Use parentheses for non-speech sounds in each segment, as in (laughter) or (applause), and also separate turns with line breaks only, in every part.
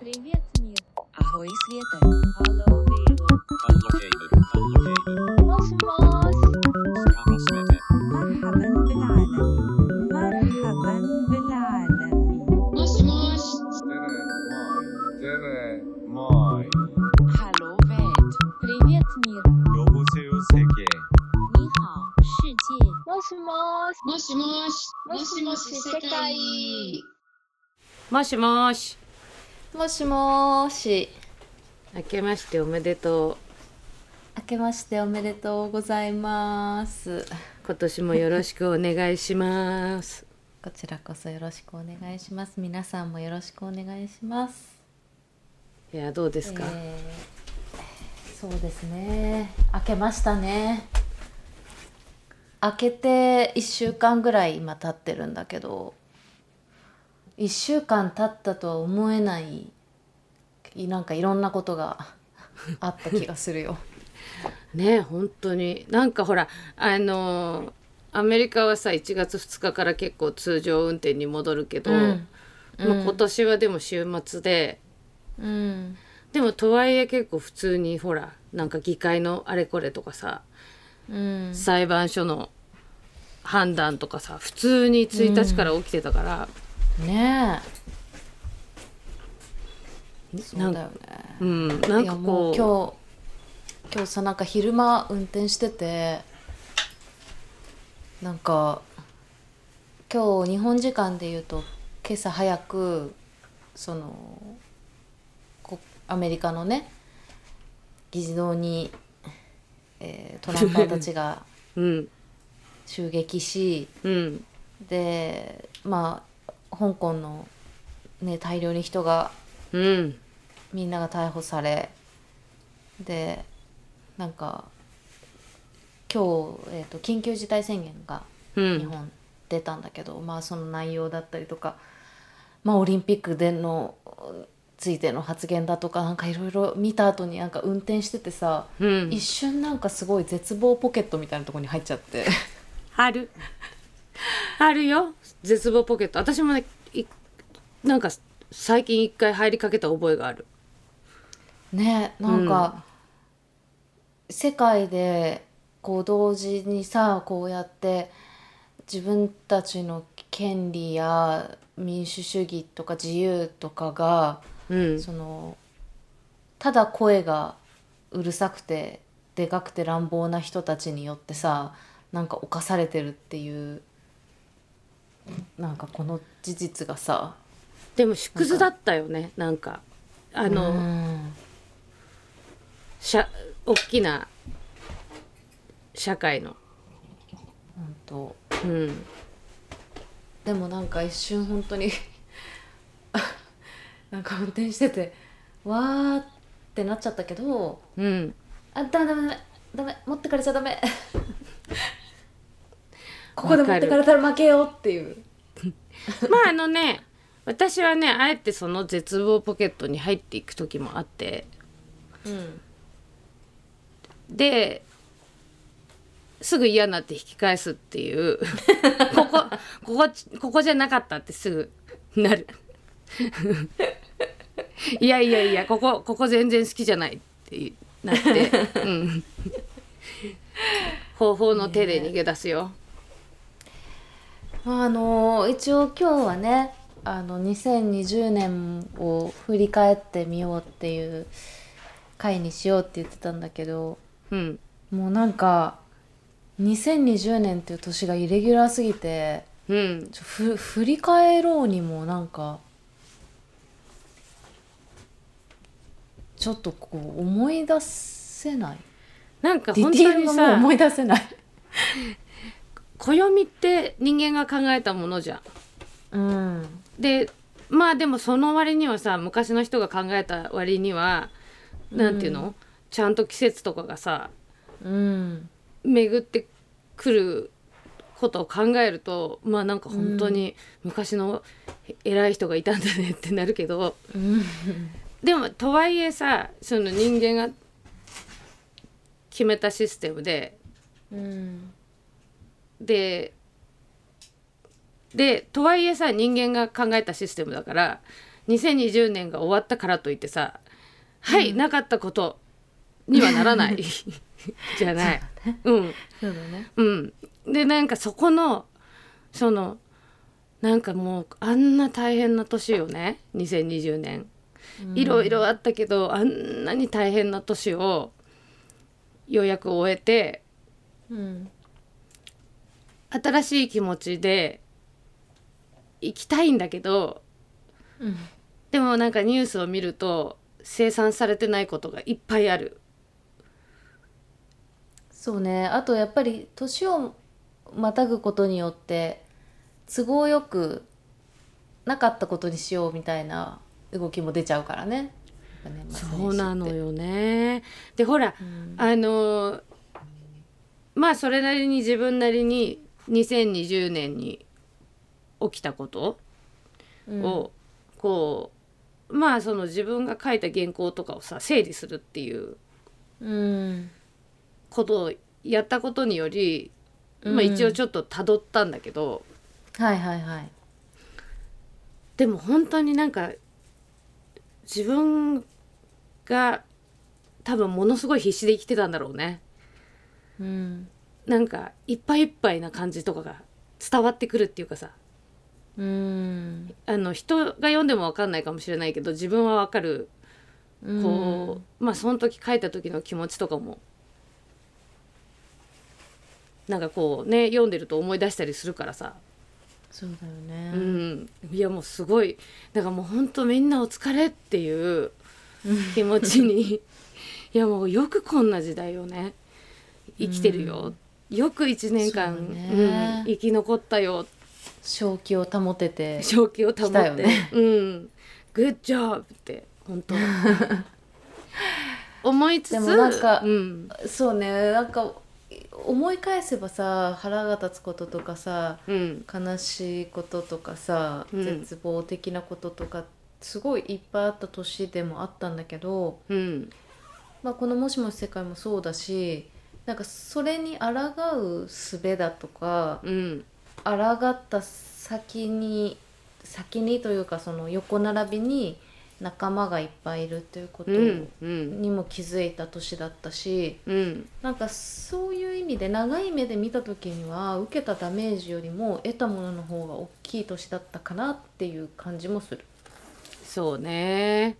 Привет, мир.
Ahoj světe.
Hello, people.
Unlocated. Unlocated.
Cosmos.
Skala svete.
Marhaban bilalamin. Marhaban bilalamin.
Cosmos.
tere , moi , tere , moi .
Hallo Welt.
Привет, мир.
여보세요 세계
你好，世界。
Cosmos.
もしもし、
もしもし世界
もしもし
もしもーし
明けましておめでと
明けましておめでとうございます
う今年もよろしくお願いします
こちらこそよろしくお願いします皆さんもよろしくお願いします
いやどうですか、
えーそうですね明けましたね明けて1週間ぐらい今経ってるんだけど1週間経ったとは思えないなんかいろんなことがあった気がするよ
ね本当になんかほらあのーアメリカはさ1月2日から結構通常運転に戻るけど、
うん
まあ、今年はでも週末で、
うん
でもとはいえ結構普通にほらなんか議会のあれこれとかさ
うん
裁判所の判断とかさ普通に1日から起きてたから、
ねえ
ん
そうだよね
うんなん
いや
か
も
こう
う今日今日さなんか昼間運転しててなんか今日日本時間で言うと今朝早くそのこアメリカのね議事堂に、えートランパーたちが
うん
襲撃し
うん
でまあ香港の、ね、大量に人が
うん
みんなが逮捕されでなんか今日、えー、と緊急事態宣言が
う
日
ん
本出たんだけど、まあその内容だったりとか、まあ、オリンピックでのついての発言だとかなんかいろいろ見た後になんか運転しててさ、
うん
一瞬なんかすごい絶望ポケットみたいなところに入っちゃって。
あるあるよ絶望ポケット私もねいなんか最近一回入りかけた覚えがある
ねなんか、世界でこう同時にさこうやって自分たちの権利や民主主義とか自由とかが、
うん
そのただ声がうるさくてでかくて乱暴な人たちによってさなんか侵されてるっていうなんかこの事実がさ
でも縮図だったよねなんかあ
う
の
ん
しゃ大きな社会の
本当
うん
でもなんか一瞬本当に (laughs) なんか運転しててわーってなっちゃったけど
うん
あダメダメダメダメ持ってかれちゃダメ (laughs) ここで持ってかれたら負けよっていう
(laughs) まああのね私はねあえてその絶望ポケットに入っていく時もあって
うん
ですぐ嫌になって引き返すっていう
(laughs)
ここここここじゃなかったってすぐなるいやいやいやここここ全然好きじゃないってなって、うん、
(laughs)
方法の手で逃げ出すよ、
まああの一応今日はねあの2020年を振り返ってみようっていう回にしようって言ってたんだけど
うん
もうなんか2020年っていう年がイレギュラーすぎて
うん
ちょふ振り返ろうにもなんかちょっとこう思い出せない
なんか
ディ
本
テ
当
ィール
に
がもう
さ
思い出せない
暦って人間が考えたものじゃん
うん
でまあでもその割にはさ昔の人が考えた割にはなんていうの、ちゃんと季節とかがさ
うん
巡ってくることを考えるとまあなんか本当に昔の偉い人がいたんだねってなるけど、
うん
でもとはいえさその人間が決めたシステムで
うん
ででとはいえさ人間が考えたシステムだから2020年が終わったからといってさはい、なかったことにはなら
(laughs)
ないじゃない。うん
そうだね。
うん、でなんかそこのそのなんかもうあんな大変な年よね2020年いろいろあったけど、あんなに大変な年をようやく終えて
うん。
新しい気持ちで行きたいんだけど
うん。
でもなんかニュースを見ると生産されてないことがいっぱいある。
そうね。あとやっぱり年をまたぐことによって都合よくなかったことにしようみたいな動きも出ちゃうからね。やっぱ年末年始って
そうなの。よね。でほら
うん
あのーまあそれなりに自分なりに2020年に起きたことを、こうまあその自分が書いた原稿とかをさ整理するっていう
うん。
ことをやったことにより、
うん
まあ一応ちょっと辿ったんだけど、
はいはいはい。
でも本当になんか自分が多分ものすごい必死で生きてたんだろうね。
うん。
なんかいっぱいいっぱいな感じとかが伝わってくるっていうかさ
うん。
あの人が読んでも分かんないかもしれないけど自分は分かるこう、まあその時書いた時の気持ちとかもなんかこうね読んでると思い出したりするからさ、
そうだよ
う
ね。
ん、いやもうすごいなんかもうほんとみんなお疲れっていう気持ちに (laughs) いやもうよくこんな時代をね生きてるよ、よく1年間う、
そうね
ん、生き残ったよっ
正気を保てて。
正気を保っ
来
て、
たよね
うんグッジョブって本
(laughs)
当思いつつ
でもなんか
うん
そうねなんか思い返せばさ腹が立つこととかさ
うん
悲しいこととかさ、
うん
絶望的なこととかすごいいっぱいあった年でもあったんだけど、
うん
まあ、この「もしもし世界」もそうだしなんかそれに抗う術だとか
うん
抗った先に先にというかその横並びに仲間がいっぱいいるということ
うんうん
にも気づいた年だったし。
うん
なんかそういう意味で長い目で見た時には受けたダメージよりも得たものの方が大きい年だったかなっていう感じもする。
そうね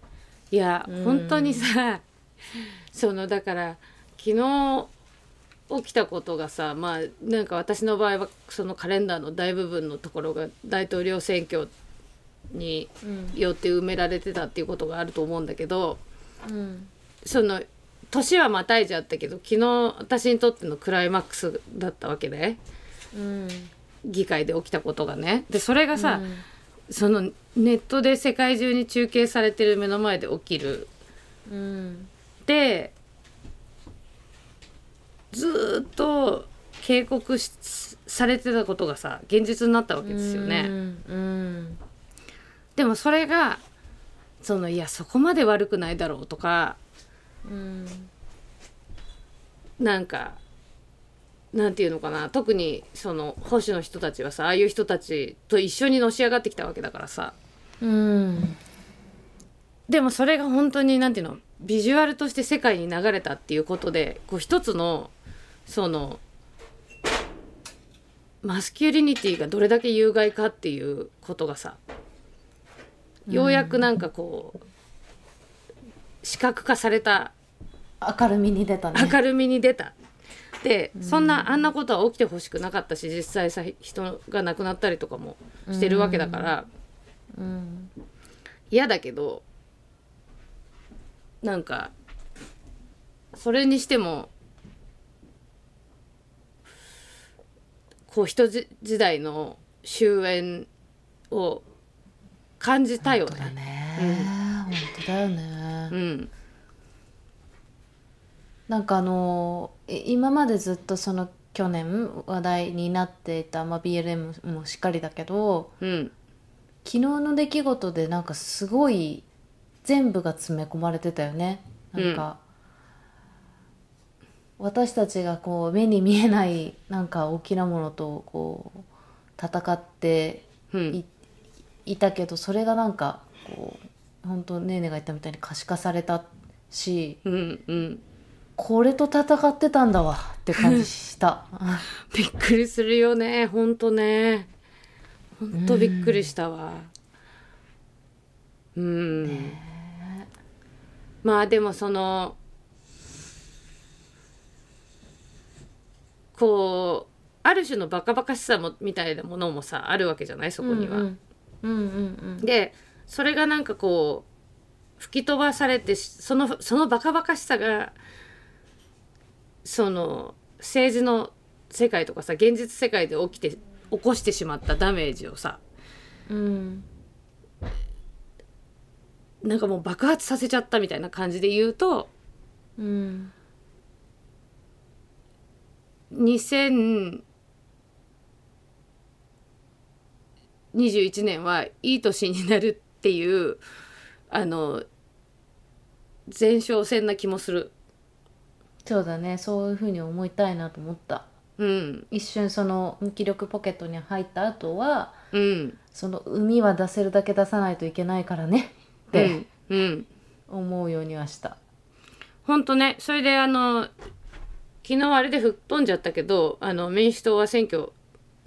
いや、
うん
本当にさ (laughs) そのだから昨日起きたことがさまあなんか私の場合はそのカレンダーの大部分のところが大統領選挙に
うん
よって埋められてたっていうことがあると思うんだけど、
うん
その年はまたいじゃったけど昨日私にとってのクライマックスだったわけで
うん
議会で起きたことがねでそれがさ、そのネットで世界中に中継されてる目の前で起きる
うん
でずーっと警告しされてたことがさ現実になったわけですよね。
うんうん
でもそれがそのいやそこまで悪くないだろうとか
うん
なんかなんていうのかな特にその保守の人たちはさああいう人たちと一緒にのし上がってきたわけだからさ
うん
でもそれが本当になんていうのビジュアルとして世界に流れたっていうことでこう一つのそのマスキュリニティがどれだけ有害かっていうことがさようやくなんかこう視覚化された
明るみに出たね。
明るみに出た。でそんなあんなことは起きてほしくなかったし実際さ人が亡くなったりとかもしてるわけだから
うん
嫌だけどなんかそれにしてもこう人じ時代の終焉を感じたよ
そうだ
ね。
ね。本当だよね。
うん
なんかあのい今までずっとその去年話題になっていた、まあ、BLM もしっかりだけど
うん
昨日の出来事でなんかすごい全部が詰め込まれてたよねなんか、私たちがこう目に見えないなんか大きなものとこう戦って
うん
いいたけどそれがなんかこう本当ネーネが言ったみたいに可視化されたし
うんうん
これと戦ってたんだわって感じした
びっくりするよねほんとねほんとびっくりしたわうん、まあでもそのこうある種のバカバカしさもみたいなものもさあるわけじゃないそこには。
うんうんうんうん
でそれがなんかこう吹き飛ばされてしそのそのバカバカしさがその政治の世界とかさ現実世界で起きて起こしてしまったダメージをさ
うん
なんかもう爆発させちゃったみたいな感じで言うと
うん
2021年はいい年になるっていうあの前哨戦な気もする。
そうだねそういうふうに思いたいなと思った
うん、
一瞬その無気力ポケットに入った後は
うん
その海は出せるだけ出さないといけないからねって
うんうん
思うようにはした、
ほんとねそれであの昨日あれで吹っ飛んじゃったけどあの民主党は選挙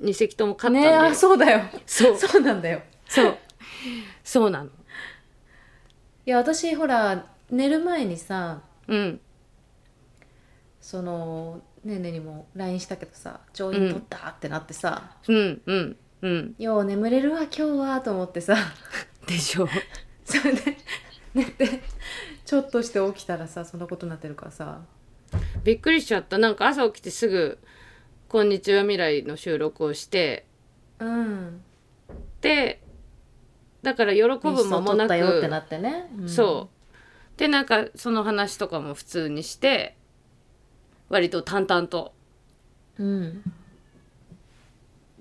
2席とも勝ったん
ね
で、
えあそうだよ
そうそう
そうなんだよ
そうなの
いや私ほら寝る前にさ
うん
そのねえねえにも LINE したけどさ上院取ったってなってさ、
うんうんうん
よう眠れるわ今日はと思ってさ
でしょう
それで寝てちょっとして起きたらさそんなことになってるからさ
びっくりしちゃったなんか朝起きてすぐ「こんにちは未来」の収録をして
うん
でだから喜ぶ間もな
取ったよって
く
なってね、うん
そうでなんかその話とかも普通にして割と淡々と
うん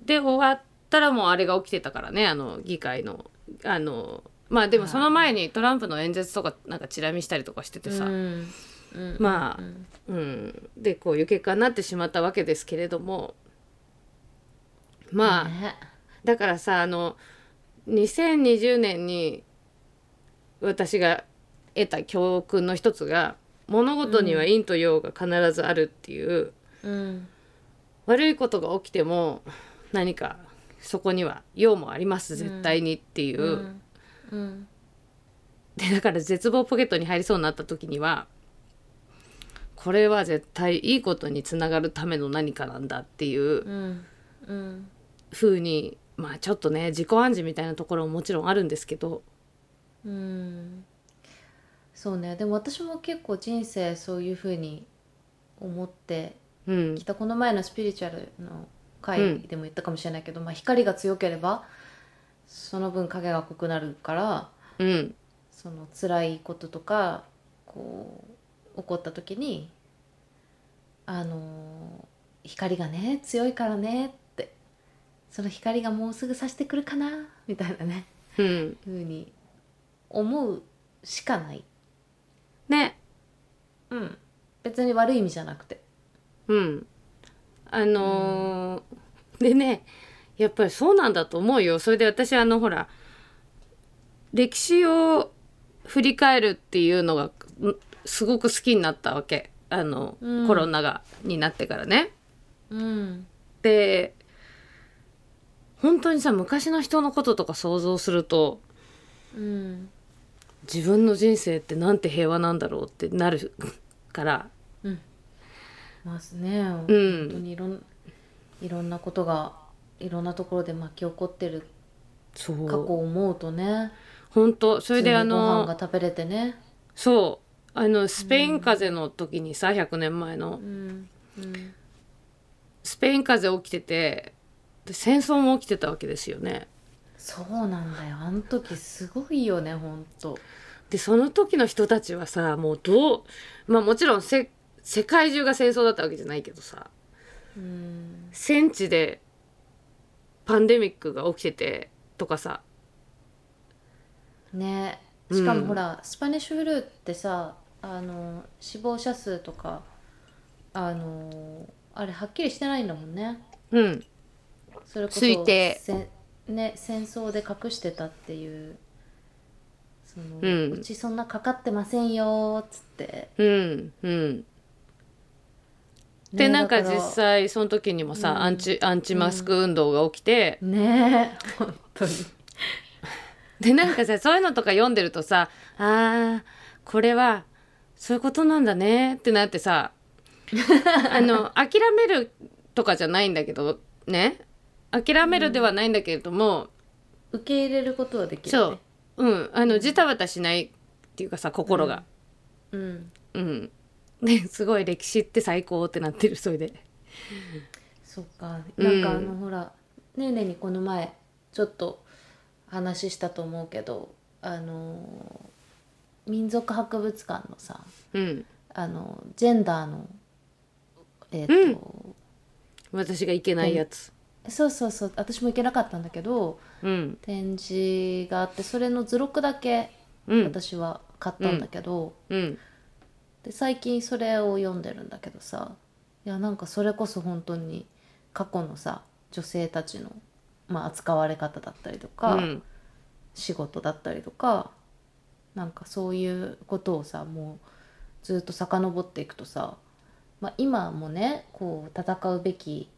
で終わったらもうあれが起きてたからねあの議会のあのまあでもその前にトランプの演説とかなんかチラ見したりとかしててさ、
う
うん
んうん
まあ
うん
でこういう結果になってしまったわけですけれどもまあ、
ね
だからさあの2020年に私が得た教訓の一つが物事には陰と陽が必ずあるっていう、
うん
悪いことが起きても何かそこには用もあります絶対にっていう、
うんうん
でだから絶望ポケットに入りそうになった時にはこれは絶対いいことにつながるための何かなんだっていう
うんうん
風にまあちょっとね自己暗示みたいなところももちろんあるんですけど
うんそうねでも私も結構人生そういうふうに思って
うん
きたこの前のスピリチュアルの
うん
回でも言ったかもしれないけど、まあ、光が強ければその分影が濃くなるから
うん
その辛いこととかこう起こった時にあのー光がね強いからねってその光がもうすぐ差してくるかなみたいなね
うん
ふうに思うしかない、
ね
うん、別に悪い意味じゃなくて
うんあのーでねやっぱりそうなんだと思うよそれで私あのほら歴史を振り返るっていうのがんすごく好きになったわけあの、
うん
コロナがになってからね。
うん
で本当にさ昔の人のこととか想像すると
うん
自分の人生ってなんて平和なんだろうってなるから
ますね、本
うん
当にいろんいろんなことがいろんなところで巻き起こってる
そ
過去
う
を思うとね
本当そ
そ
れであ
ご
の
飯が食べれてね
そうあのスペイン風邪の時にさ100年前の
うんうん
スペイン風邪起きててで戦争も起きてたわけですよね
そうなんだよあの時すごいよねほんと
でその時の人たちはさもうどうまあもちろんせ世界中が戦争だったわけじゃないけどさ
うん
戦地でパンデミックが起きててとかさ
ね
うん
しかもほら、スパニッシュフルーってさあの死亡者数とかあのあれはっきりしてないんだもんね
うん
それこそ
推定
せんね、戦争で隠してたっていうその、
う
うんちそんなかかってませんよっつって
うんうんで
ね
なんか
だら
実際その時にもさ、
うん
アンチアンチマスク運動が起きて、
ねえ本当に
でなんかさそういうのとか読んでるとさあーこれはそういうことなんだねってなって
(laughs)
さあの諦めるとかじゃないんだけどね諦めるではないんだけれども、
受け入れることはできる、ね、
そううんあのジタバタしないっていうかさ心が
うん
うん、ですごい歴史って最高ってなってるそれで
そっか
うん
なんかあの、ほらねえねえにこの前ちょっと話したと思うけどあのー民族博物館のさ
うん
あのジェンダーのえっ、と、
私がいけないやつ
そうそうそう私も行けなかったんだけど
うん
展示があってそれの図録だけ
うん
私は買ったんだけど、
うん
で最近それを読んでるんだけどさいやなんかそれこそ本当に過去のさ女性たちの、まあ、扱われ方だったりとか、
うん
仕事だったりとかなんかそういうことをさもうずっと遡っていくとさ、まあ、今もねこう戦うべき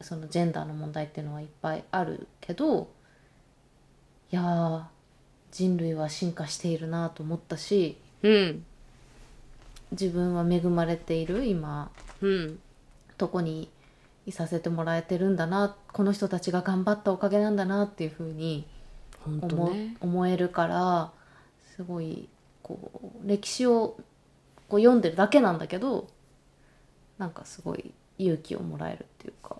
そのジェンダーの問題っていうのはいっぱいあるけどいやー人類は進化しているなと思ったし
うん
自分は恵まれている今
うん
とこにいさせてもらえてるんだなこの人たちが頑張ったおかげなんだなっていうふうに
本当
思,、
ね
思えるからすごいこう歴史をこう読んでるだけなんだけどなんかすごい勇気をもらえるっていうか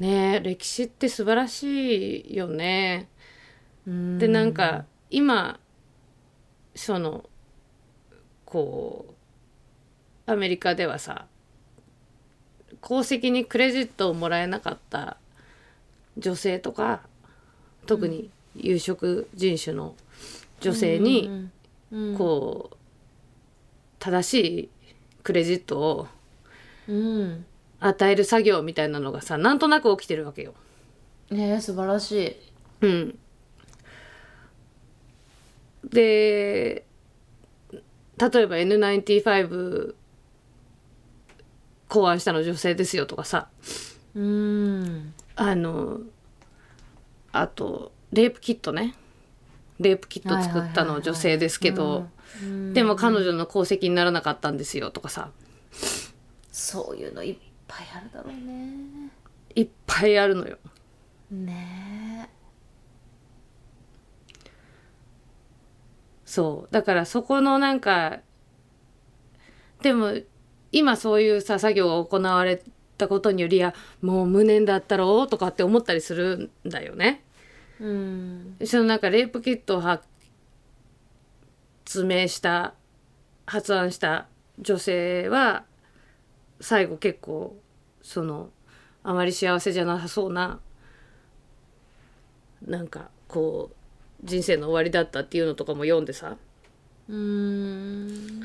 ねえ歴史って素晴らしいよね
で
でなんか今そのこうアメリカではさ功績にクレジットをもらえなかった女性とか特に有色人種の女性にこう正しいクレジットを
うん、うん
与える作業みたいなのがさなんとなく起きてるわけよ。
ねえ素晴らしい
うん、で例えば N95 考案したの女性ですよとかさ
うん
あのあとレイプキットねレイプキット作ったの女性ですけどでも彼女の功績にならなかったんですよとかさ
そういうのいっぱいあるだろうね
いっぱいあるのよ。
ね
そうだからそこのなんかでも今そういうさ作業が行われたことによりいやもう無念だったろうとかって思ったりするんだよね。
えうん
そのなんかレイプキットを発明した発案した女性は最後結構そのあまり幸せじゃなさそうななんかこう人生の終わりだったっていうのとかも読んでさ
うん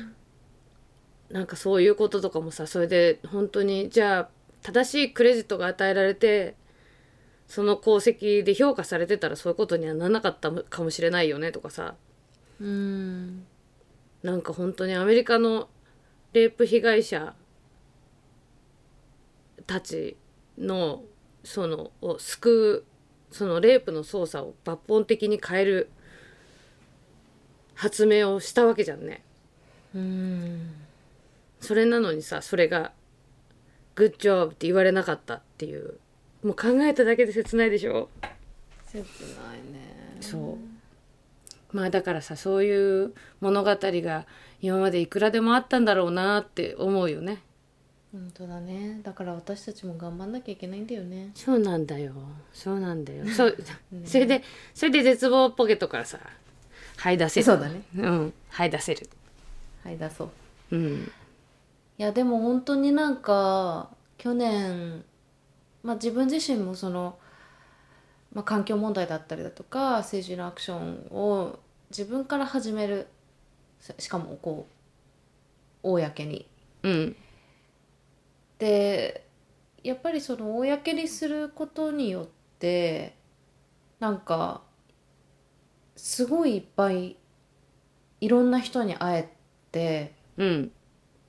なんかそういうこととかもさそれで本当にじゃあ正しいクレジットが与えられてその功績で評価されてたらそういうことにはならなかったかもしれないよねとかさ
うん
なんか本当にアメリカのレイプ被害者たちのそのを救うそのレイプの捜査を抜本的に変える発明をしたわけじゃんね。
うん
それなのにさそれが「グッジョブ」って言われなかったっていうもう考えただけで切ないでしょ
切ないね
そうまあだからさそういう物語が今までいくらでもあったんだろうなって思うよね
本当だねだから私たちも頑張んなきゃいけないんだよね
そうなんだよそうなん (laughs) だよそう
ね
それでそれで絶望ポケットからさはい出せる
そうだね
うんはい出せる
はい出そう
うん
いやでも本当になんか去年、まあ、自分自身もその、まあ、環境問題だったりだとか政治のアクションを自分から始めるししかもこう公に
うん
でやっぱりその公にすることによってなんかすごいいっぱいいろんな人に会えて
うん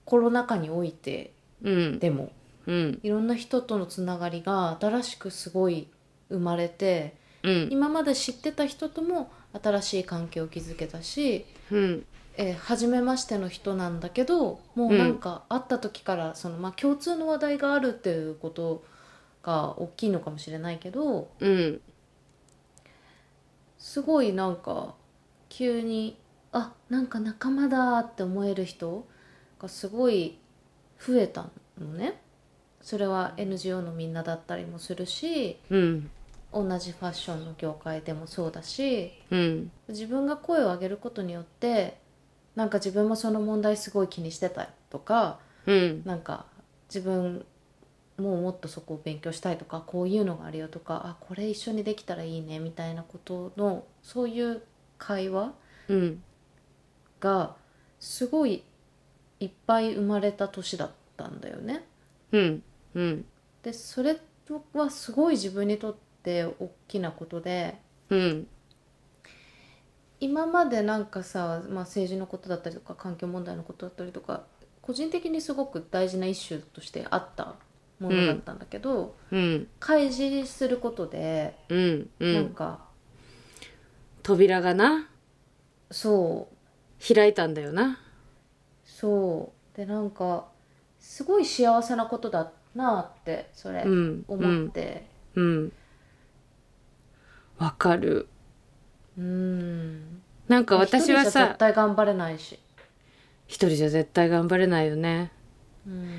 コロナ禍において
うん
でも
うん
いろんな人とのつながりが新しくすごい生まれて
うん
今まで知ってた人とも新しい関係を築けたし、
うん
えー初めましての人なんだけどもうなんか会った時からその、まあ、共通の話題があるっていうことが大きいのかもしれないけど
うん
すごいなんか急にあなんか仲間だって思える人がすごい増えたのね。それは NGO のみんなだったりもするし
うん
同じファッションの業界でもそうだし
うん
自分が声を上げることによってなんか自分もその問題すごい気にしてたとか
うん
なんか自分もうもっとそこを勉強したいとかこういうのがあるよとかあこれ一緒にできたらいいねみたいなことのそういう会話
うん
がすごいいっぱい生まれた年だったんだよね。
うんうん
でそれはすごい自分にとって大きなことで
うん
今までなんかさ、まあ、政治のことだったりとか環境問題のことだったりとか個人的にすごく大事なイシューとしてあったものだったんだけど、
うん
開示することで、
うんう
なん
ん
か
扉がな
そう
開いたんだよな
そうでなんかすごい幸せなことだなってそれ
うんう
思っ
ん
て
うんわかる
うん
なんか私は
一人じゃ
さ
絶対頑張れないし、
一人じゃ絶対頑張れないよね
うん、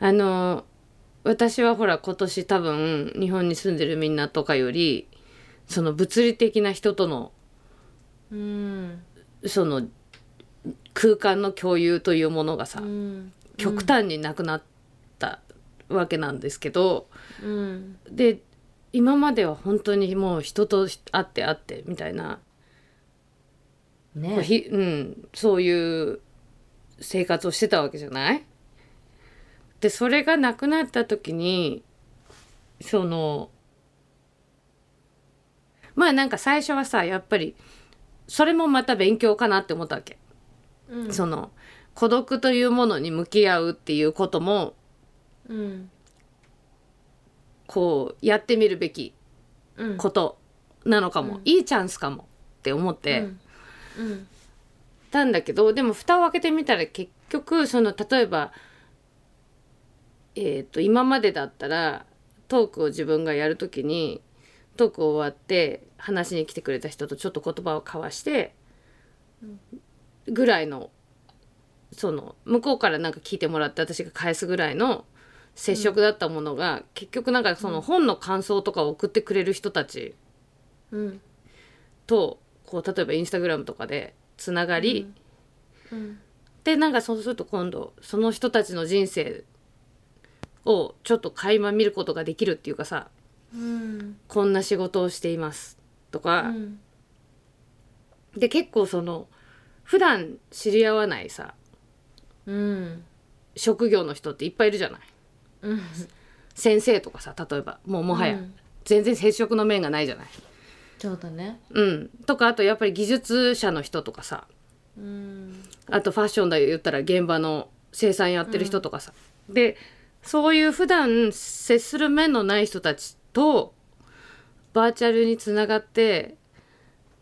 あの私はほら今年多分日本に住んでるみんなとかよりその物理的な人との
うん
その空間の共有というものがさ、
うん
極端になくなったわけなんですけど、
うん
で今までは本当にもう人と会って会ってみたいな、こう
ね
ひうん、そういう生活をしてたわけじゃないでそれがなくなった時にそのまあなんか最初はさやっぱりそれもまた勉強かなって思ったわけ。
うん
その孤独というものに向き合うっていうことも
うん
こうやってみるべき
うん
ことなのかも、
うん
いいチャンスかもって思って
うん
たんだけど、でも蓋を開けてみたら結局その例えば、えー、と今までだったらトークを自分がやるときにトーク終わって話しに来てくれた人とちょっと言葉を交わしてぐらいのその向こうからなんか聞いてもらって私が返すぐらいの接触だったものが、結局なんかその本の感想とかを送ってくれる人たち
うん
とこう例えばインスタグラムとかでつながり、
うん
でなんかそうすると今度その人たちの人生をちょっと垣間見ることができるっていうかさ
うん
こんな仕事をしていますと
う
か、
ん
で結構その普段知り合わないさ
うん
職業の人っていっぱいいるじゃない
うん
先生とかさ例えばもうもはや
うん
全然接触の面がないじゃない。
そうだね
うん、とかあとやっぱり技術者の人とかさ
うん
あとファッションだよ言ったら現場の生産やってる人とかさ、でそういう普段接する面のない人たちとバーチャルにつながって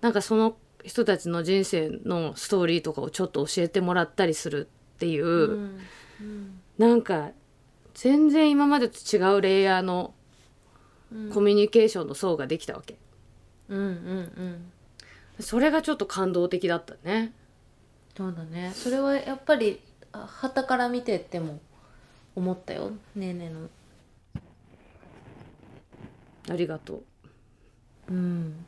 なんかその人たちの人生のストーリーとかをちょっと教えてもらったりするっていう、
うんうん
なんか全然今までと違うレイヤーの
うん
コミュニケーションの層ができたわけ
うんうんうん
それがちょっと感動的だったね
そうだねそれはやっぱりあ旗から見てても思ったよねえねえの
ありがとう。
うん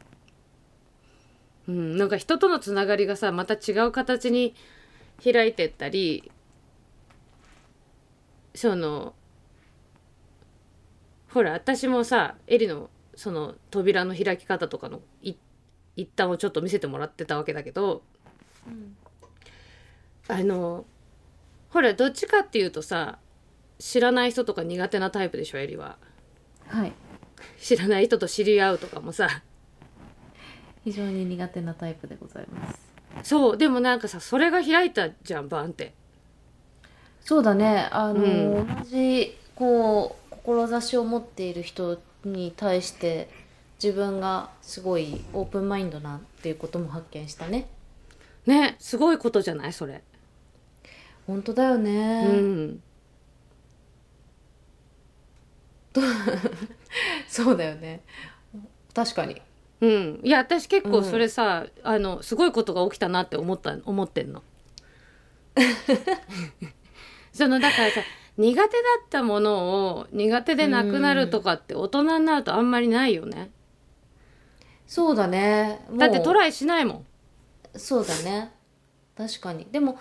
うん、なんか人とのつながりがさまた違う形に開いてったりそのほら私もさエリのその扉の開き方とかのい一端をちょっと見せてもらってたわけだけど
うん
あのほらどっちかっていうとさ知らない人とか苦手なタイプでしょエリは。
はい
知らない人と知り合うとかもさ
非常に苦手なタイプでございます
そうでもなんかさそれが開いたじゃんバンって
そうだねあの、
う
同じこう志を持っている人に対して自分がすごいオープンマインドなんていうことも発見したね
ねすごいことじゃないそれ、
本当だよ
う
ね、
ん、
(laughs) そうだよね確かに
うん、いや私結
う
構
ん
それさ、あのすごいことが起きたなって思った思ってんの。そのだからさ苦手だったものを苦手でなくなるとかって大人になるとあんまりないよね。
そうだねもう
だってトライしないもん。
そうだね確かにでも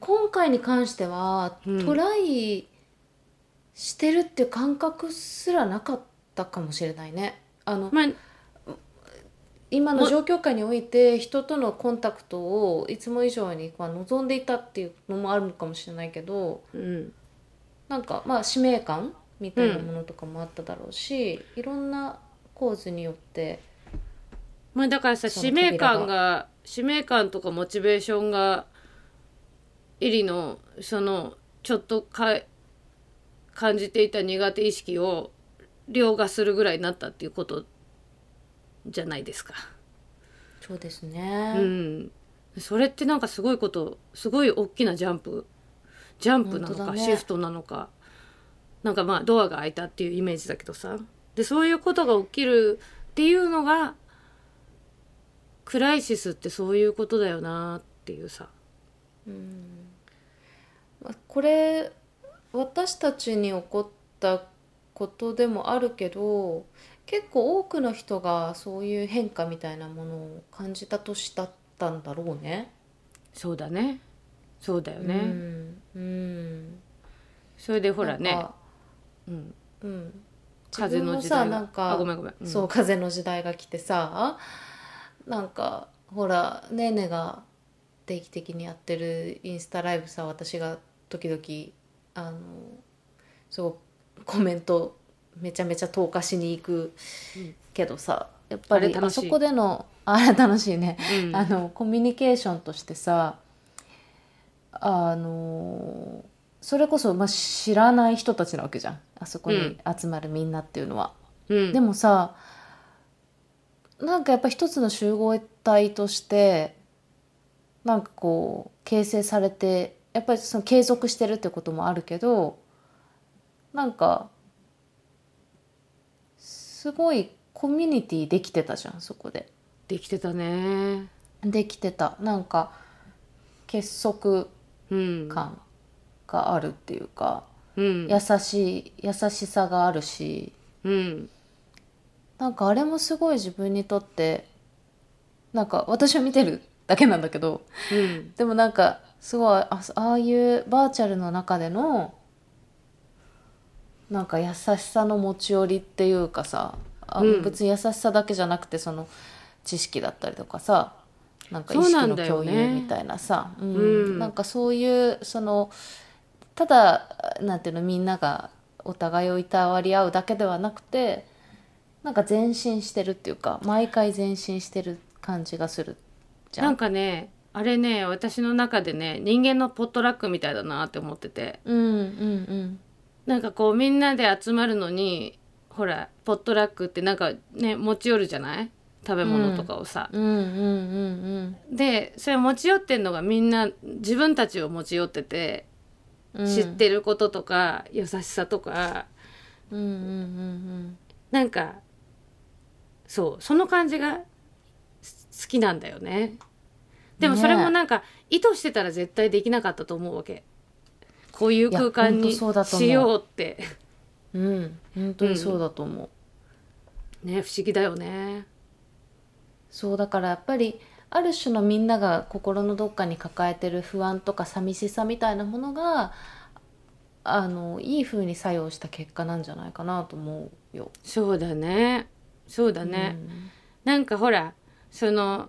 今回に関しては、
うん
トライしてるっていう感覚すらなかったかもしれないねあの
まあ、
今
も
の状況下において人とのコンタクトをいつも以上にまあ望んでいたっていうのもあるのかもしれないけど
うん、
なんかまあ使命感みたいなものとかもあっただろうし、いろんな構図によって
まあだからさ
その
使
扉
命
が
感が使命感とかモチベーションがエリのそのちょっとかえ感じていた苦手意識を凌駕するぐらいになったっていうことじゃないですか。
そうです
う
ね、
ん、それってなんかすごいことすごい大きなジャンプジャンプなの
本当
か、
だね
シフトなのかなんかまあドアが開いたっていうイメージだけどさでそういうことが起きるっていうのがクライシスってそういうことだよなっていうさ
まあこれ私たちに起こったことでもあるけど結構多くの人がそういう変化みたいなものを感じた年だったんだろうね。
そうだねそうだよね、
うんうん
それでほら
なん
ね
か、
うん、
うん、自
風
分
の
も
時
さ
代
なん
が
か
あごめんごめん、うん
そう風の時代が来てさなんかほらねーねが定期的にやってるインスタライブさ私が時々あのすごくコメントめちゃめちゃ投下しに行く
うん
けどさやっぱ
あれ
り
楽
あ
しい
そこでの (laughs) あれ楽しいね
うん
あのコミュニケーションとしてさあのそれこそ、まあ、知らない人たちなわけじゃんあそこ
う
に
ん
集まるみんなっていうのは。
うん
でもさなんかやっぱ一つの集合体としてなんかこう形成されてやっぱりその継続してるってこともあるけどなんかすごいコミュニティできてたじゃんそこで。
できてたね
できてたなんか結束
うん
感があるっていうか、
うん
優しい優しさがあるし
うん
なんかあれもすごい自分にとってなんか私は見てるだけなんだけど
うん
でもなんかすごいあああいうバーチャルの中でのなんか優しさの持ち寄りっていうかさあ、
うん
別に優しさだけじゃなくてその知識だったりとかさなんか意
そうな
識
ん
の
だよ
共
ね
有みたいなさうん
うん
なんかそういうそのただなんていうのみんながお互いをいたわり合うだけではなくてなんか前進してるっていうか毎回前進してる感じがするじゃん。
なんかねあれね私の中でね人間のポットラックみたいだなって思ってて
うんうんうん
なんかこうみんなで集まるのにほらポットラックってなんかね持ち寄るじゃない食べ物とかをさ、
うんうんうん
でそれ持ち寄ってんのがみんな自分たちを持ち寄ってて、
うん
知ってることとか優しさとか
うんうんうん
なんかそうその感じがす好きなんだよねでもそれもなんか、意図してたら絶対できなかったと思うわけこういう空間
いやほん
に
とそうだと思う
しようって
うんうん本当にそうだと思う、
ね不思議だよね
そうだからやっぱりある種のみんなが心のどっかに抱えてる不安とか寂しさみたいなものがあのいい風に作用した結果なんじゃないかなと思うよ。
そうだねそうだね、
うん
なんかほらその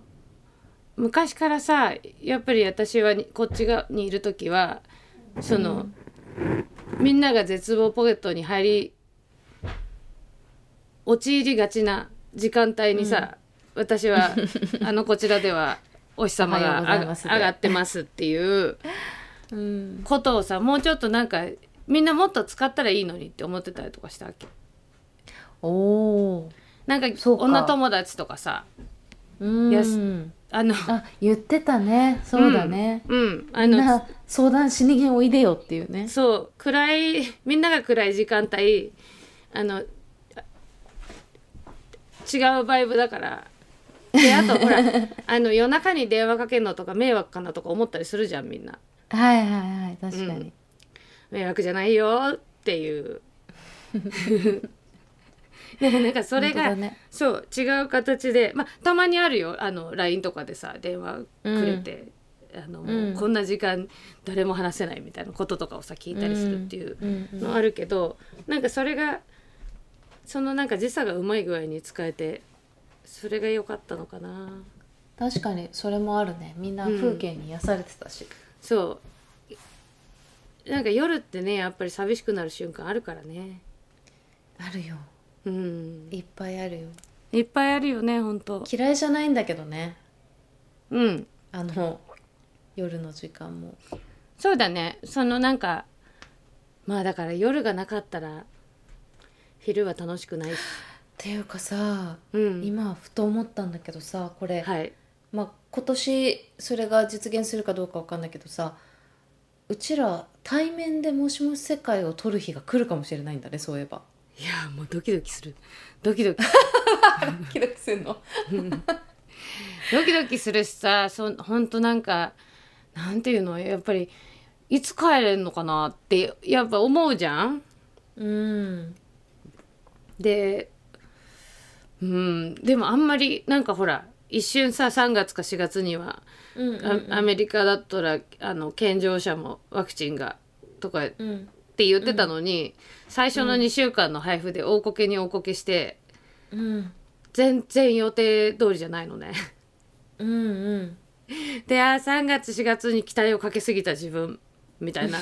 昔からさやっぱり私はにこっち側にいる時はその、みんなが絶望ポケットに入り陥りがちな時間帯にさ、私はあのこちらではお日様
おはよ
が
う
上
ござい
が
ます
上がってますっていう
うん、
ことをさもうちょっとなんかみんなもっと使ったらいいのにって思ってたりとかしたわけ
おお
なんか
そうか
女友達とかさ
ーうん
やすあの
あ言ってたねそうだね、
うんあ
みん
の
な相談しにおいでよっていうね
そう暗いみんなが暗い時間帯あの違うバイブだからであと
(laughs)
ほらあの夜中に電話かけるのとか迷惑かなとか思ったりするじゃんみんな
はいはいはい確かに、
うん迷惑じゃないよっていう
(laughs)
でもなんかそれ
本当
が、
だね
そう違う形でまあたまにあるよあの LINE とかでさ電話くれて、あのもううんこんな時間誰も話せないみたいなこととかをさ聞いたりするっていう
うんうん
のあるけど、なんかそれがそのなんか時差がうまい具合に使えてそれが良かったのかな
確かにそれもあるねみんな風景に癒されてたし、
そうなんか夜ってねやっぱり寂しくなる瞬間あるからね
あるよ
うん
いっぱいあるよ
いっぱいあるよね本当
嫌いじゃないんだけどね
うん
あの夜の時間も
そうだねそのなんかまあだから夜がなかったら昼は楽しくないし、
っていうかさ
うん、
今ふと思ったんだけどさこれ、
はい
まあ、今年それが実現するかどうかわかんないけどさうちら対面で「もしもし世界」を撮る日が来るかもしれないんだねそういえ (laughs) ば。
いやもうドキドキするドキドキ
ドキドキすんの
ドキドキするしさそほんとなんかなんていうのやっぱりいつ帰れんのかなってやっぱ思うじゃん
うん
でうんでもあんまりなんかほら一瞬さ3月か4月には
うんうん
あアメリカだったらあの健常者もワクチンがとかっ
うん
て言ってたのに、最初の2週間の配布で大こけに大こけして
うん
全然予定通りじゃないのね。
うんうん
であー3月4月に期待をかけすぎた自分みたいな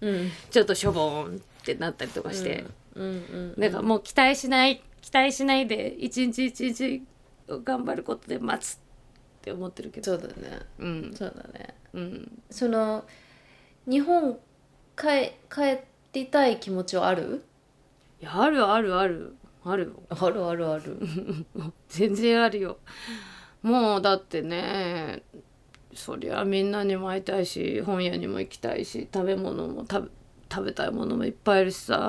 うん
ちょっとしょぼーんってなったりとかして、
うん
なんかもう期待しない期待しないで一日一日を頑張ることで待つって思ってるけど。
そうだね
うん
そうだね
うん、
その日本帰帰りたい気持ちはある
いやあるあるあるあるよ。
あるあるある
全然あるよもうだってねそりゃみんなにも会いたいし本屋にも行きたいし食べ物も食べ食べたいものもいっぱいあるしさ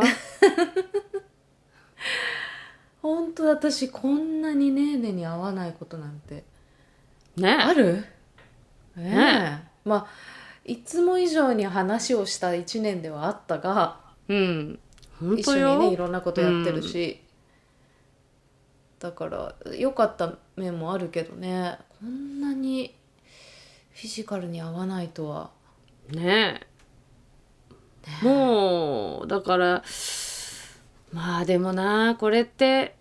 本当私こんなにネーネに合わないことなんて (laughs) あ
ね
るええ
ね
まあいつも以上に話をした1年ではあったが
うん本
一
当
緒にねい
よ、
ろんなことやってるし、だから良かった面もあるけどねこんなにフィジカルに合わないとは
ねもうだからまあでもなこれって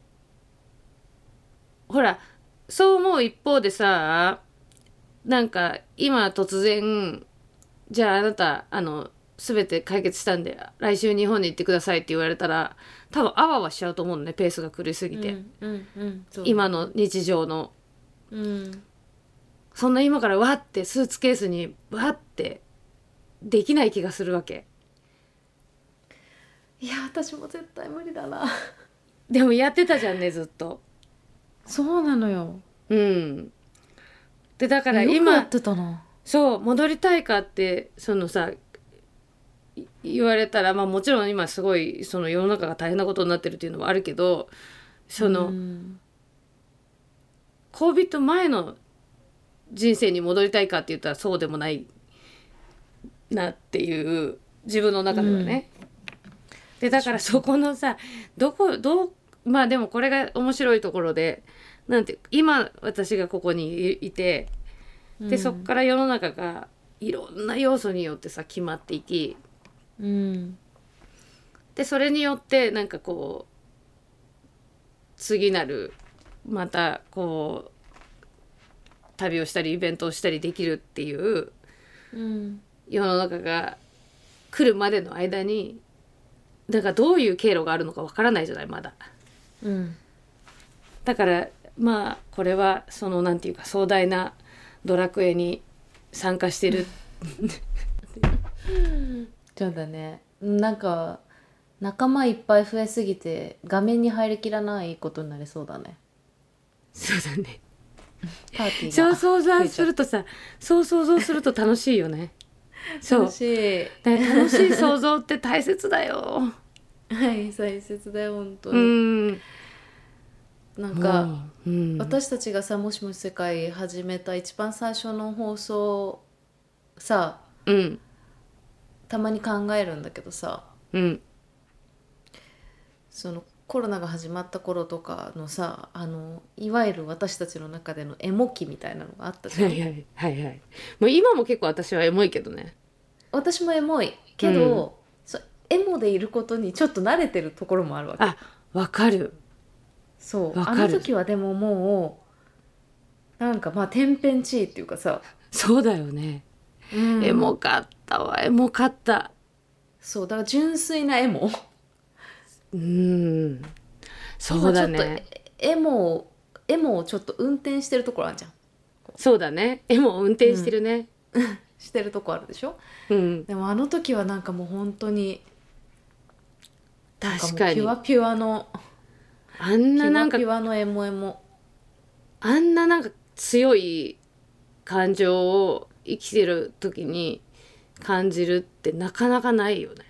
ほらそう思う一方でさなんか今突然じゃああなたあの全て解決したんで来週日本に行ってくださいって言われたら多分あわあわしちゃうと思うのねペースが狂いすぎて、
うんうんうんそう
今の日常の
うん
そんな今からわってスーツケースにわってできない気がするわけ
いや私も絶対無理だな
でもやってたじゃんねずっと
そうなのよ
うんでだから
よくや
今
ってたな
そう戻りたいかってそのさい言われたらまあもちろん今すごいその世の中が大変なことになってるっていうのもあるけどその、
うん
恋人前の人生に戻りたいかって言ったらそうでもないなっていう自分の中ではね。でだからそこのさどこどうまあでもこれが面白いところでなんて今私がここにいいてでそっから世の中がいろんな要素によってさ決まっていき
うん
でそれによってなんかこう次なるまたこう旅をしたりイベントをしたりできるっていう
うん
世の中が来るまでの間になんかどういう経路があるのかわからないじゃないまだ。
うん
だからまあこれはそのなんていうか壮大なドラクエに参加してる
そうだねなんか仲間いっぱい増えすぎて画面に入りきらないことになりそうだね
そうだね
パーティー
そ
が
う想像するとさそう想像すると楽しいよ (laughs) ねそう
楽しい
だから楽しい想像って大切だよ
はい大切だよ本
(laughs)
当
う
に、
ん
なんか、
うん、
私たちがさ「もしもし世界」始めた一番最初の放送さ
うん
たまに考えるんだけどさ
うん
そのコロナが始まった頃とかのさあのいわゆる私たちの中でのエモ期みたいなのがあった
は
じ
い
ゃ
は
ん
いはいはいもう今も結構私はエモいけどね
私もエモいけど、そうエモでいることにちょっと慣れてるところもあるわけ
あわかる
そう
わか
あ
る
の時はでももうなんかまあ天変地異っていうかさ、
そうだよね、エモかったわエモかった
そうだから純粋なエモ
うんそうだ
今ちょっ
ね
とエモをエモをちょっと運転してるところあるじゃん
そうだねエモを運転してるね
してるとこあるでしょ
うん、
でもあの時はなんかもう本当になんも
確
う
か
ピ
に
ュアピュアの
あん
ピ
ななん
ュア
か
ピュアのエモエモ
あんななんか強い感情を生きてる時に感じるってなかなかないよね。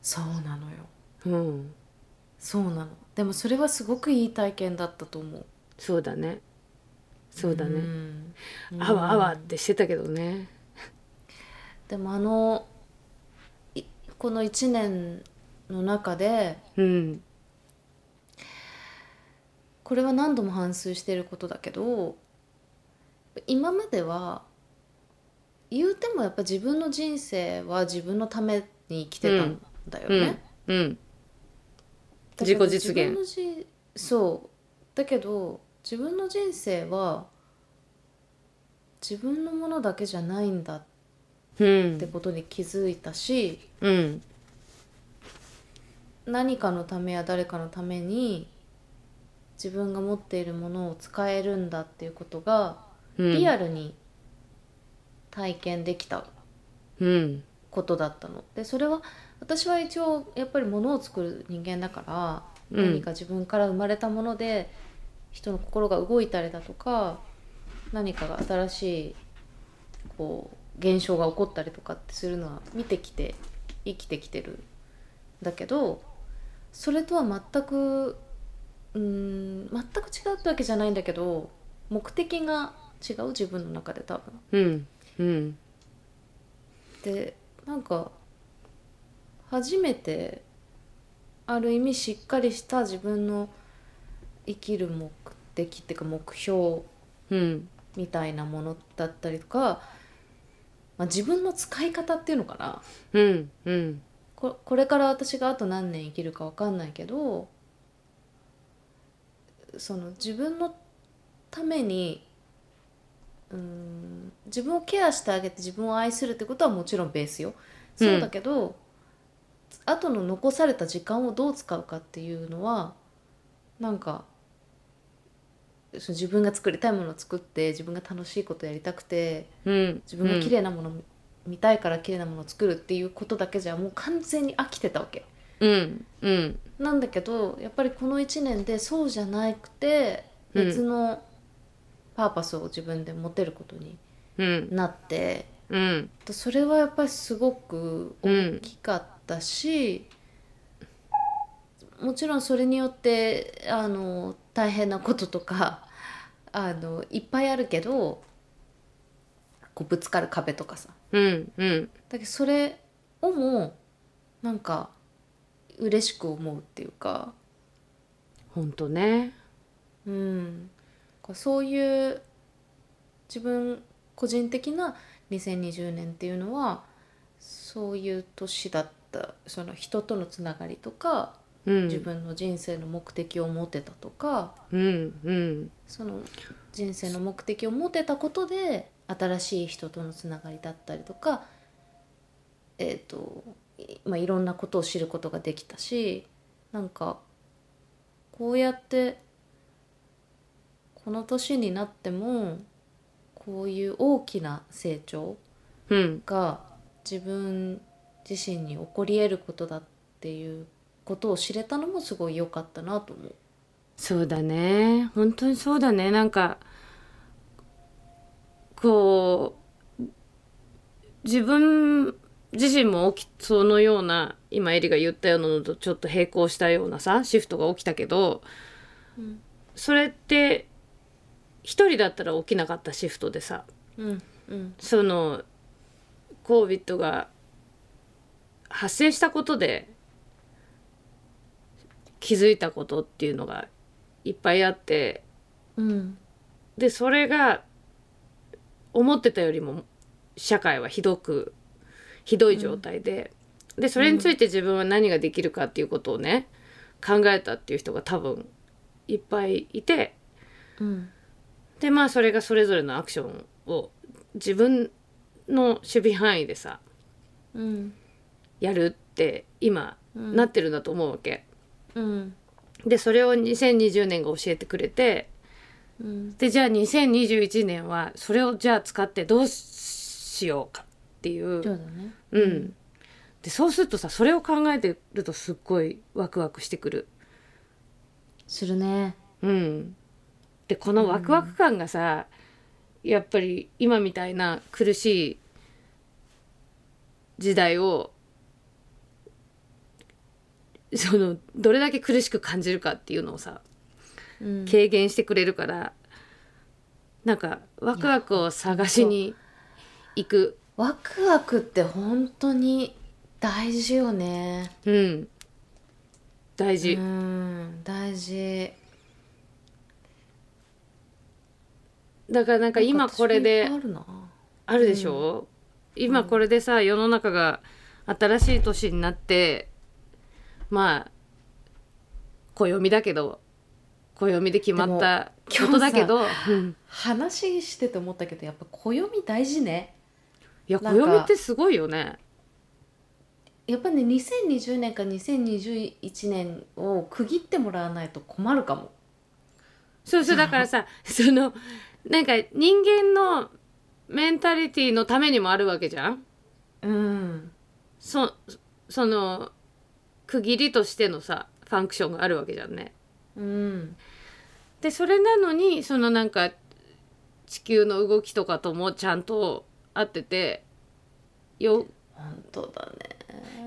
そうなのよ
うん、
そうなのでもそれはすごくいい体験だったと思う
そうだね。そうだね。
ん
あわあわっ
うん
てしてたけどね。
でもあのいこの1年の中で
うん、
これは何度も反芻してることだけど今までは言うてもやっぱ自分の人生は自分のために生きてたんだよね。
うん、うん、
だけど
自己実現
自分のじそうだけど自分の人生は自分のものだけじゃないんだっ
う
て
ん、
ことに気づいたし、
うん、
何かのためや誰かのために自分が持っているものを使えるんだっていうことが
うん、
リアルに体験できた
うん、
ことだったのでそれは私は一応やっぱりものを作る人間だから、
うん
何か自分から生まれたもので人の心が動いたりだとか何かが新しいこう現象が起こったりとかってするのは見てきて生きてきてるんだけどそれとは全くうーん全く違うってわけじゃないんだけど目的が違う自分の中で多分。
うん、うん、
でなんか初めてある意味しっかりした自分の生きる目的っていうか目標
うん、
みたいなものだったりとか、まあ、自分の使い方っていうのかな
うん、うん、
ここれから私があと何年生きるか分かんないけどその自分のためにうーん自分をケアしてあげて自分を愛するってことはもちろんベースよ。
うん
そうだけど、後の残された時間をどう使うかっていうのはなんかその自分が作りたいものを作って自分が楽しいことやりたくて
うん、
自分が綺麗なもの見たいから綺麗なものを作るっていうことだけじゃもう完全に飽きてたわけ
うん、うん、
なんだけどやっぱりこの1年でそうじゃなくて
うん
別のパーパスを自分で持てることに
うん、
なって
うん、
それはやっぱりすごく
うん
大きかったし、もちろんそれによってあの大変なこととかあのいっぱいあるけどこうぶつかる壁とかさ
うん、うん、
だけどそれをもなんか嬉しく思うっていうか、
本当ね。
うん、こうそういう自分個人的な2020年っていうのはそういう年だったその人とのつながりとか
うん、
自分の人生の目的を持てたとか、
うん、うん、
その人生の目的を持てたことで新しい人とのつながりだったりとか、えーといまあ、いろんなことを知ることができたしなんかこうやってこの年になってもここういう大きな成長
うん
が自分自身に起こり得ることだっていうことを知れたのもすごい良かったなと思う。
そうだね本当にそうだねなんかこう自分自身も起きそのような今エリが言ったようなのとちょっと並行したようなさシフトが起きたけど、
うん
それって一人だったら起きなかったシフトでさ
うんうん
その COVID が発生したことで気づいたことっていうのがいっぱいあって
うん
でそれが思ってたよりも社会はひどくひどい状態で、でそれについて自分は何ができるかっていうことをね考えたっていう人が多分いっぱいいて
うん
でまあそれがそれぞれのアクションを自分の守備範囲でさ
うん
やるって今
うん
なってるんだと思うわけ。
うん
でそれを2020年が教えてくれて
うん
でじゃあ2021年はそれをじゃあ使ってどうしようかっていう。
そうだね。
うん、でそうするとさそれを考えてるとすっごいワクワクしてくる。
するね。
うん、でこのワクワク感がさ、やっぱり今みたいな苦しい時代をそのどれだけ苦しく感じるかっていうのをさ
うん
軽減してくれるから、なんかワクワクを探しに行く。
ワクワクって本当に大事よね。
うん大事、
うん大事。
だからなんか今これで
なんか私もいっぱいあるな。
あるでしょ、今これでさ世の中が新しい年になってまあ暦だけど暦で決まった
で
こ
も
とだけど、うん
話してて思ったけどやっぱ暦大事ね
いや
なんか
暦ってすごいよね。
やっぱね2020年か2021年を区切ってもらわないと困るかも
そうそうだからさ (laughs) そのなんか人間のメンタリティのためにもあるわけじゃん
うん
そその区切りとしてのさファンクションがあるわけじゃんね。
うん
でそれなのにそのなんか地球の動きとかともちゃんと合っててよ
本当だね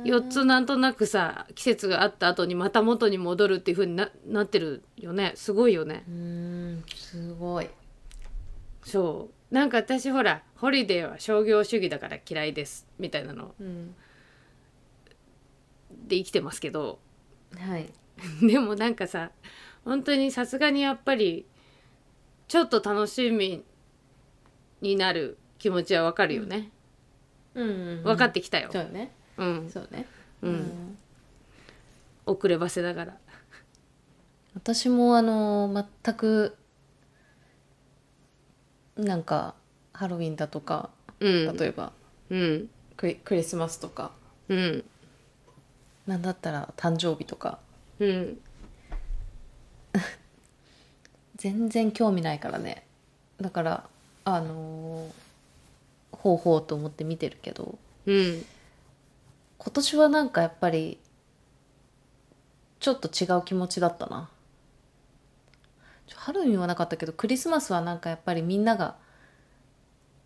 4つなんとなくさ季節があった後にまた元に戻るっていう風にななってるよねすごいよね
うんすごい
そうなんか私ほらホリデーは商業主義だから嫌いですみたいなの
うん
で生きてますけど (laughs)
はい
でもなんかさ本当にさすがにやっぱりちょっと楽しみになる気持ちはわかるよね、
うん
分かっててきたよ、
そうね
うん、
そうね
うん遅ればせながら
私もあの全くなんかハロウィンだとか
うん
例えば
うん
クリクリスマスとか
うん
なんだったら誕生日とか
うん
全然興味ないからねだからあのーほうほうと思って見てるけど
うん
今年はなんかやっぱりちょっと違う気持ちだったなちょハロウィンはなかったけどクリスマスはなんかやっぱりみんなが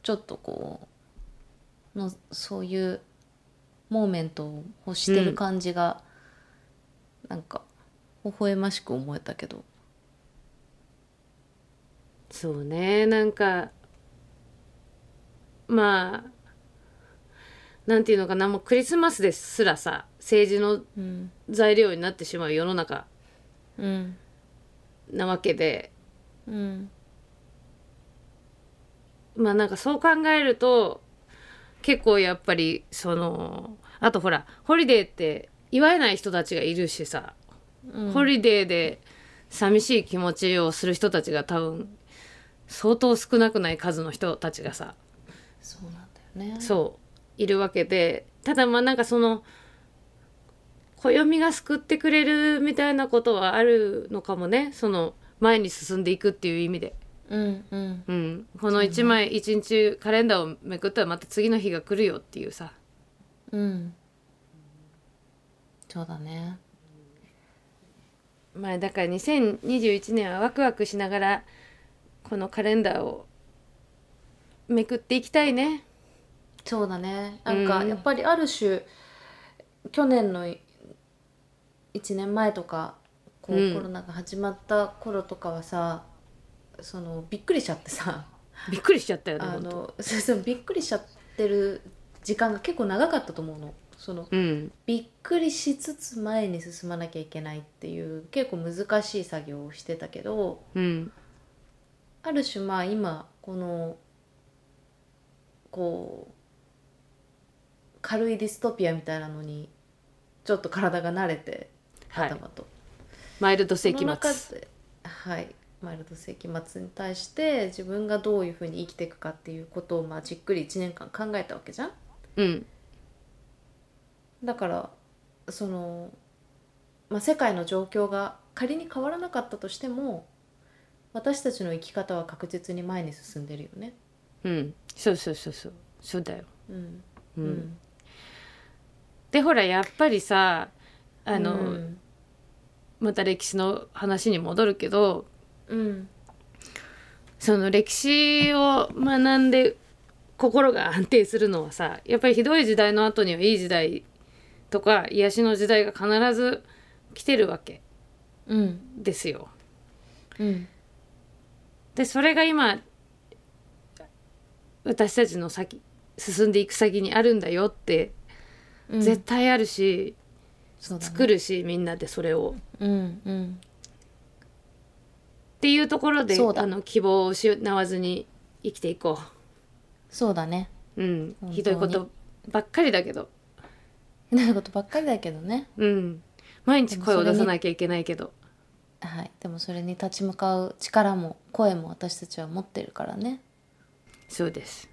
ちょっとこうのそういうモーメントを欲してる感じが、なんか微笑ましく思えたけど
そうねなんかまあなんていうのかなもうクリスマスですらさ政治の
うん
材料になってしまう世の中
うん
なわけで
うん
まあなんかそう考えると結構やっぱりそのあとほらホリデーって祝えない人たちがいるしさ
うん
ホリデーで寂しい気持ちをする人たちが多分相当少なくない数の人たちがさ
そうなんだよね
そういるわけでただまあなんかその暦が救ってくれるみたいなことはあるのかもねその前に進んでいくっていう意味で。
うんうん
うん、この1枚一日カレンダーをめくったらまた次の日が来るよっていうさ
うんそうだね
まあだから2021年はワクワクしながらこのカレンダーをめくっていきたいね
そうだねなんか
うん
やっぱりある種去年のい1年前とかこう、
うん
コロナが始まった頃とかはさそのびっくりしちゃってさ
びっくりしちゃったよね
あ
ほんと
のそうそうびっくりしちゃってる時間が結構長かったと思うのその
うん
びっくりしつつ前に進まなきゃいけないっていう結構難しい作業をしてたけど
うん
ある種まあ今このこう軽いディストピアみたいなのにちょっと体が慣れて
はい
頭と、
マイルド世紀
その中
末
ではいマイルド世紀末に対して自分がどういうふうに生きていくかっていうことをまあじっくり1年間考えたわけじゃん
うん
だからその、まあ、世界の状況が仮に変わらなかったとしても私たちの生き方は確実に前に進んでるよね。
うんそうそうそうそうそうだよ
うん
うん、
うん
でほらやっぱりさあの、
うん
また歴史の話に戻るけど
うん
その歴史を学んで心が安定するのはさやっぱりひどい時代の後にはいい時代とか癒しの時代が必ず来てるわけ
うん
ですよ。
うん
でそれが今私たちの先進んでいく先にあるんだよって
うん
絶対あるし、
そうだね
作るしみんなでそれを。
うんうん
っていうところで
そうだ
あの希望を失わずに生きていこ
そうだね (laughs)
う。うん
本当に
ひどいことばっかりだけど。
ひどいことばっかりだけどね
うん、毎日声を出さなきゃいけないけど
はいでもそれに立ち向かう力も声も私たちは持ってるからね
そうです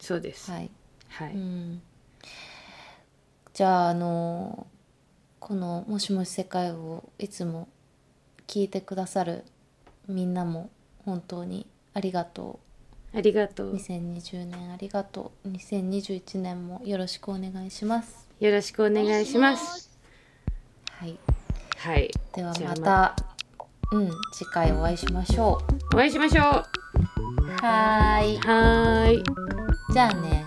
そうです
はい
は
う
い、
んじゃああのこの「もしもし世界」をいつも聞いてくださるみんなも本当にありがと
ありがと
う
う
2020年ありがとう2021年もよろしくお願いします
よろしくお願いします
はい
はい
では
じゃ
ま
あ
たうん次回お会いしましょ
お会いしましょうは
うはーい
ーい
じゃあね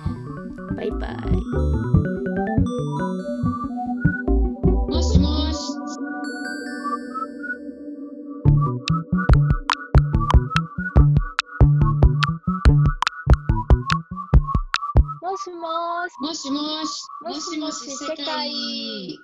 バイバイ
もしもし。もしもし。もしもし。もしもし世界。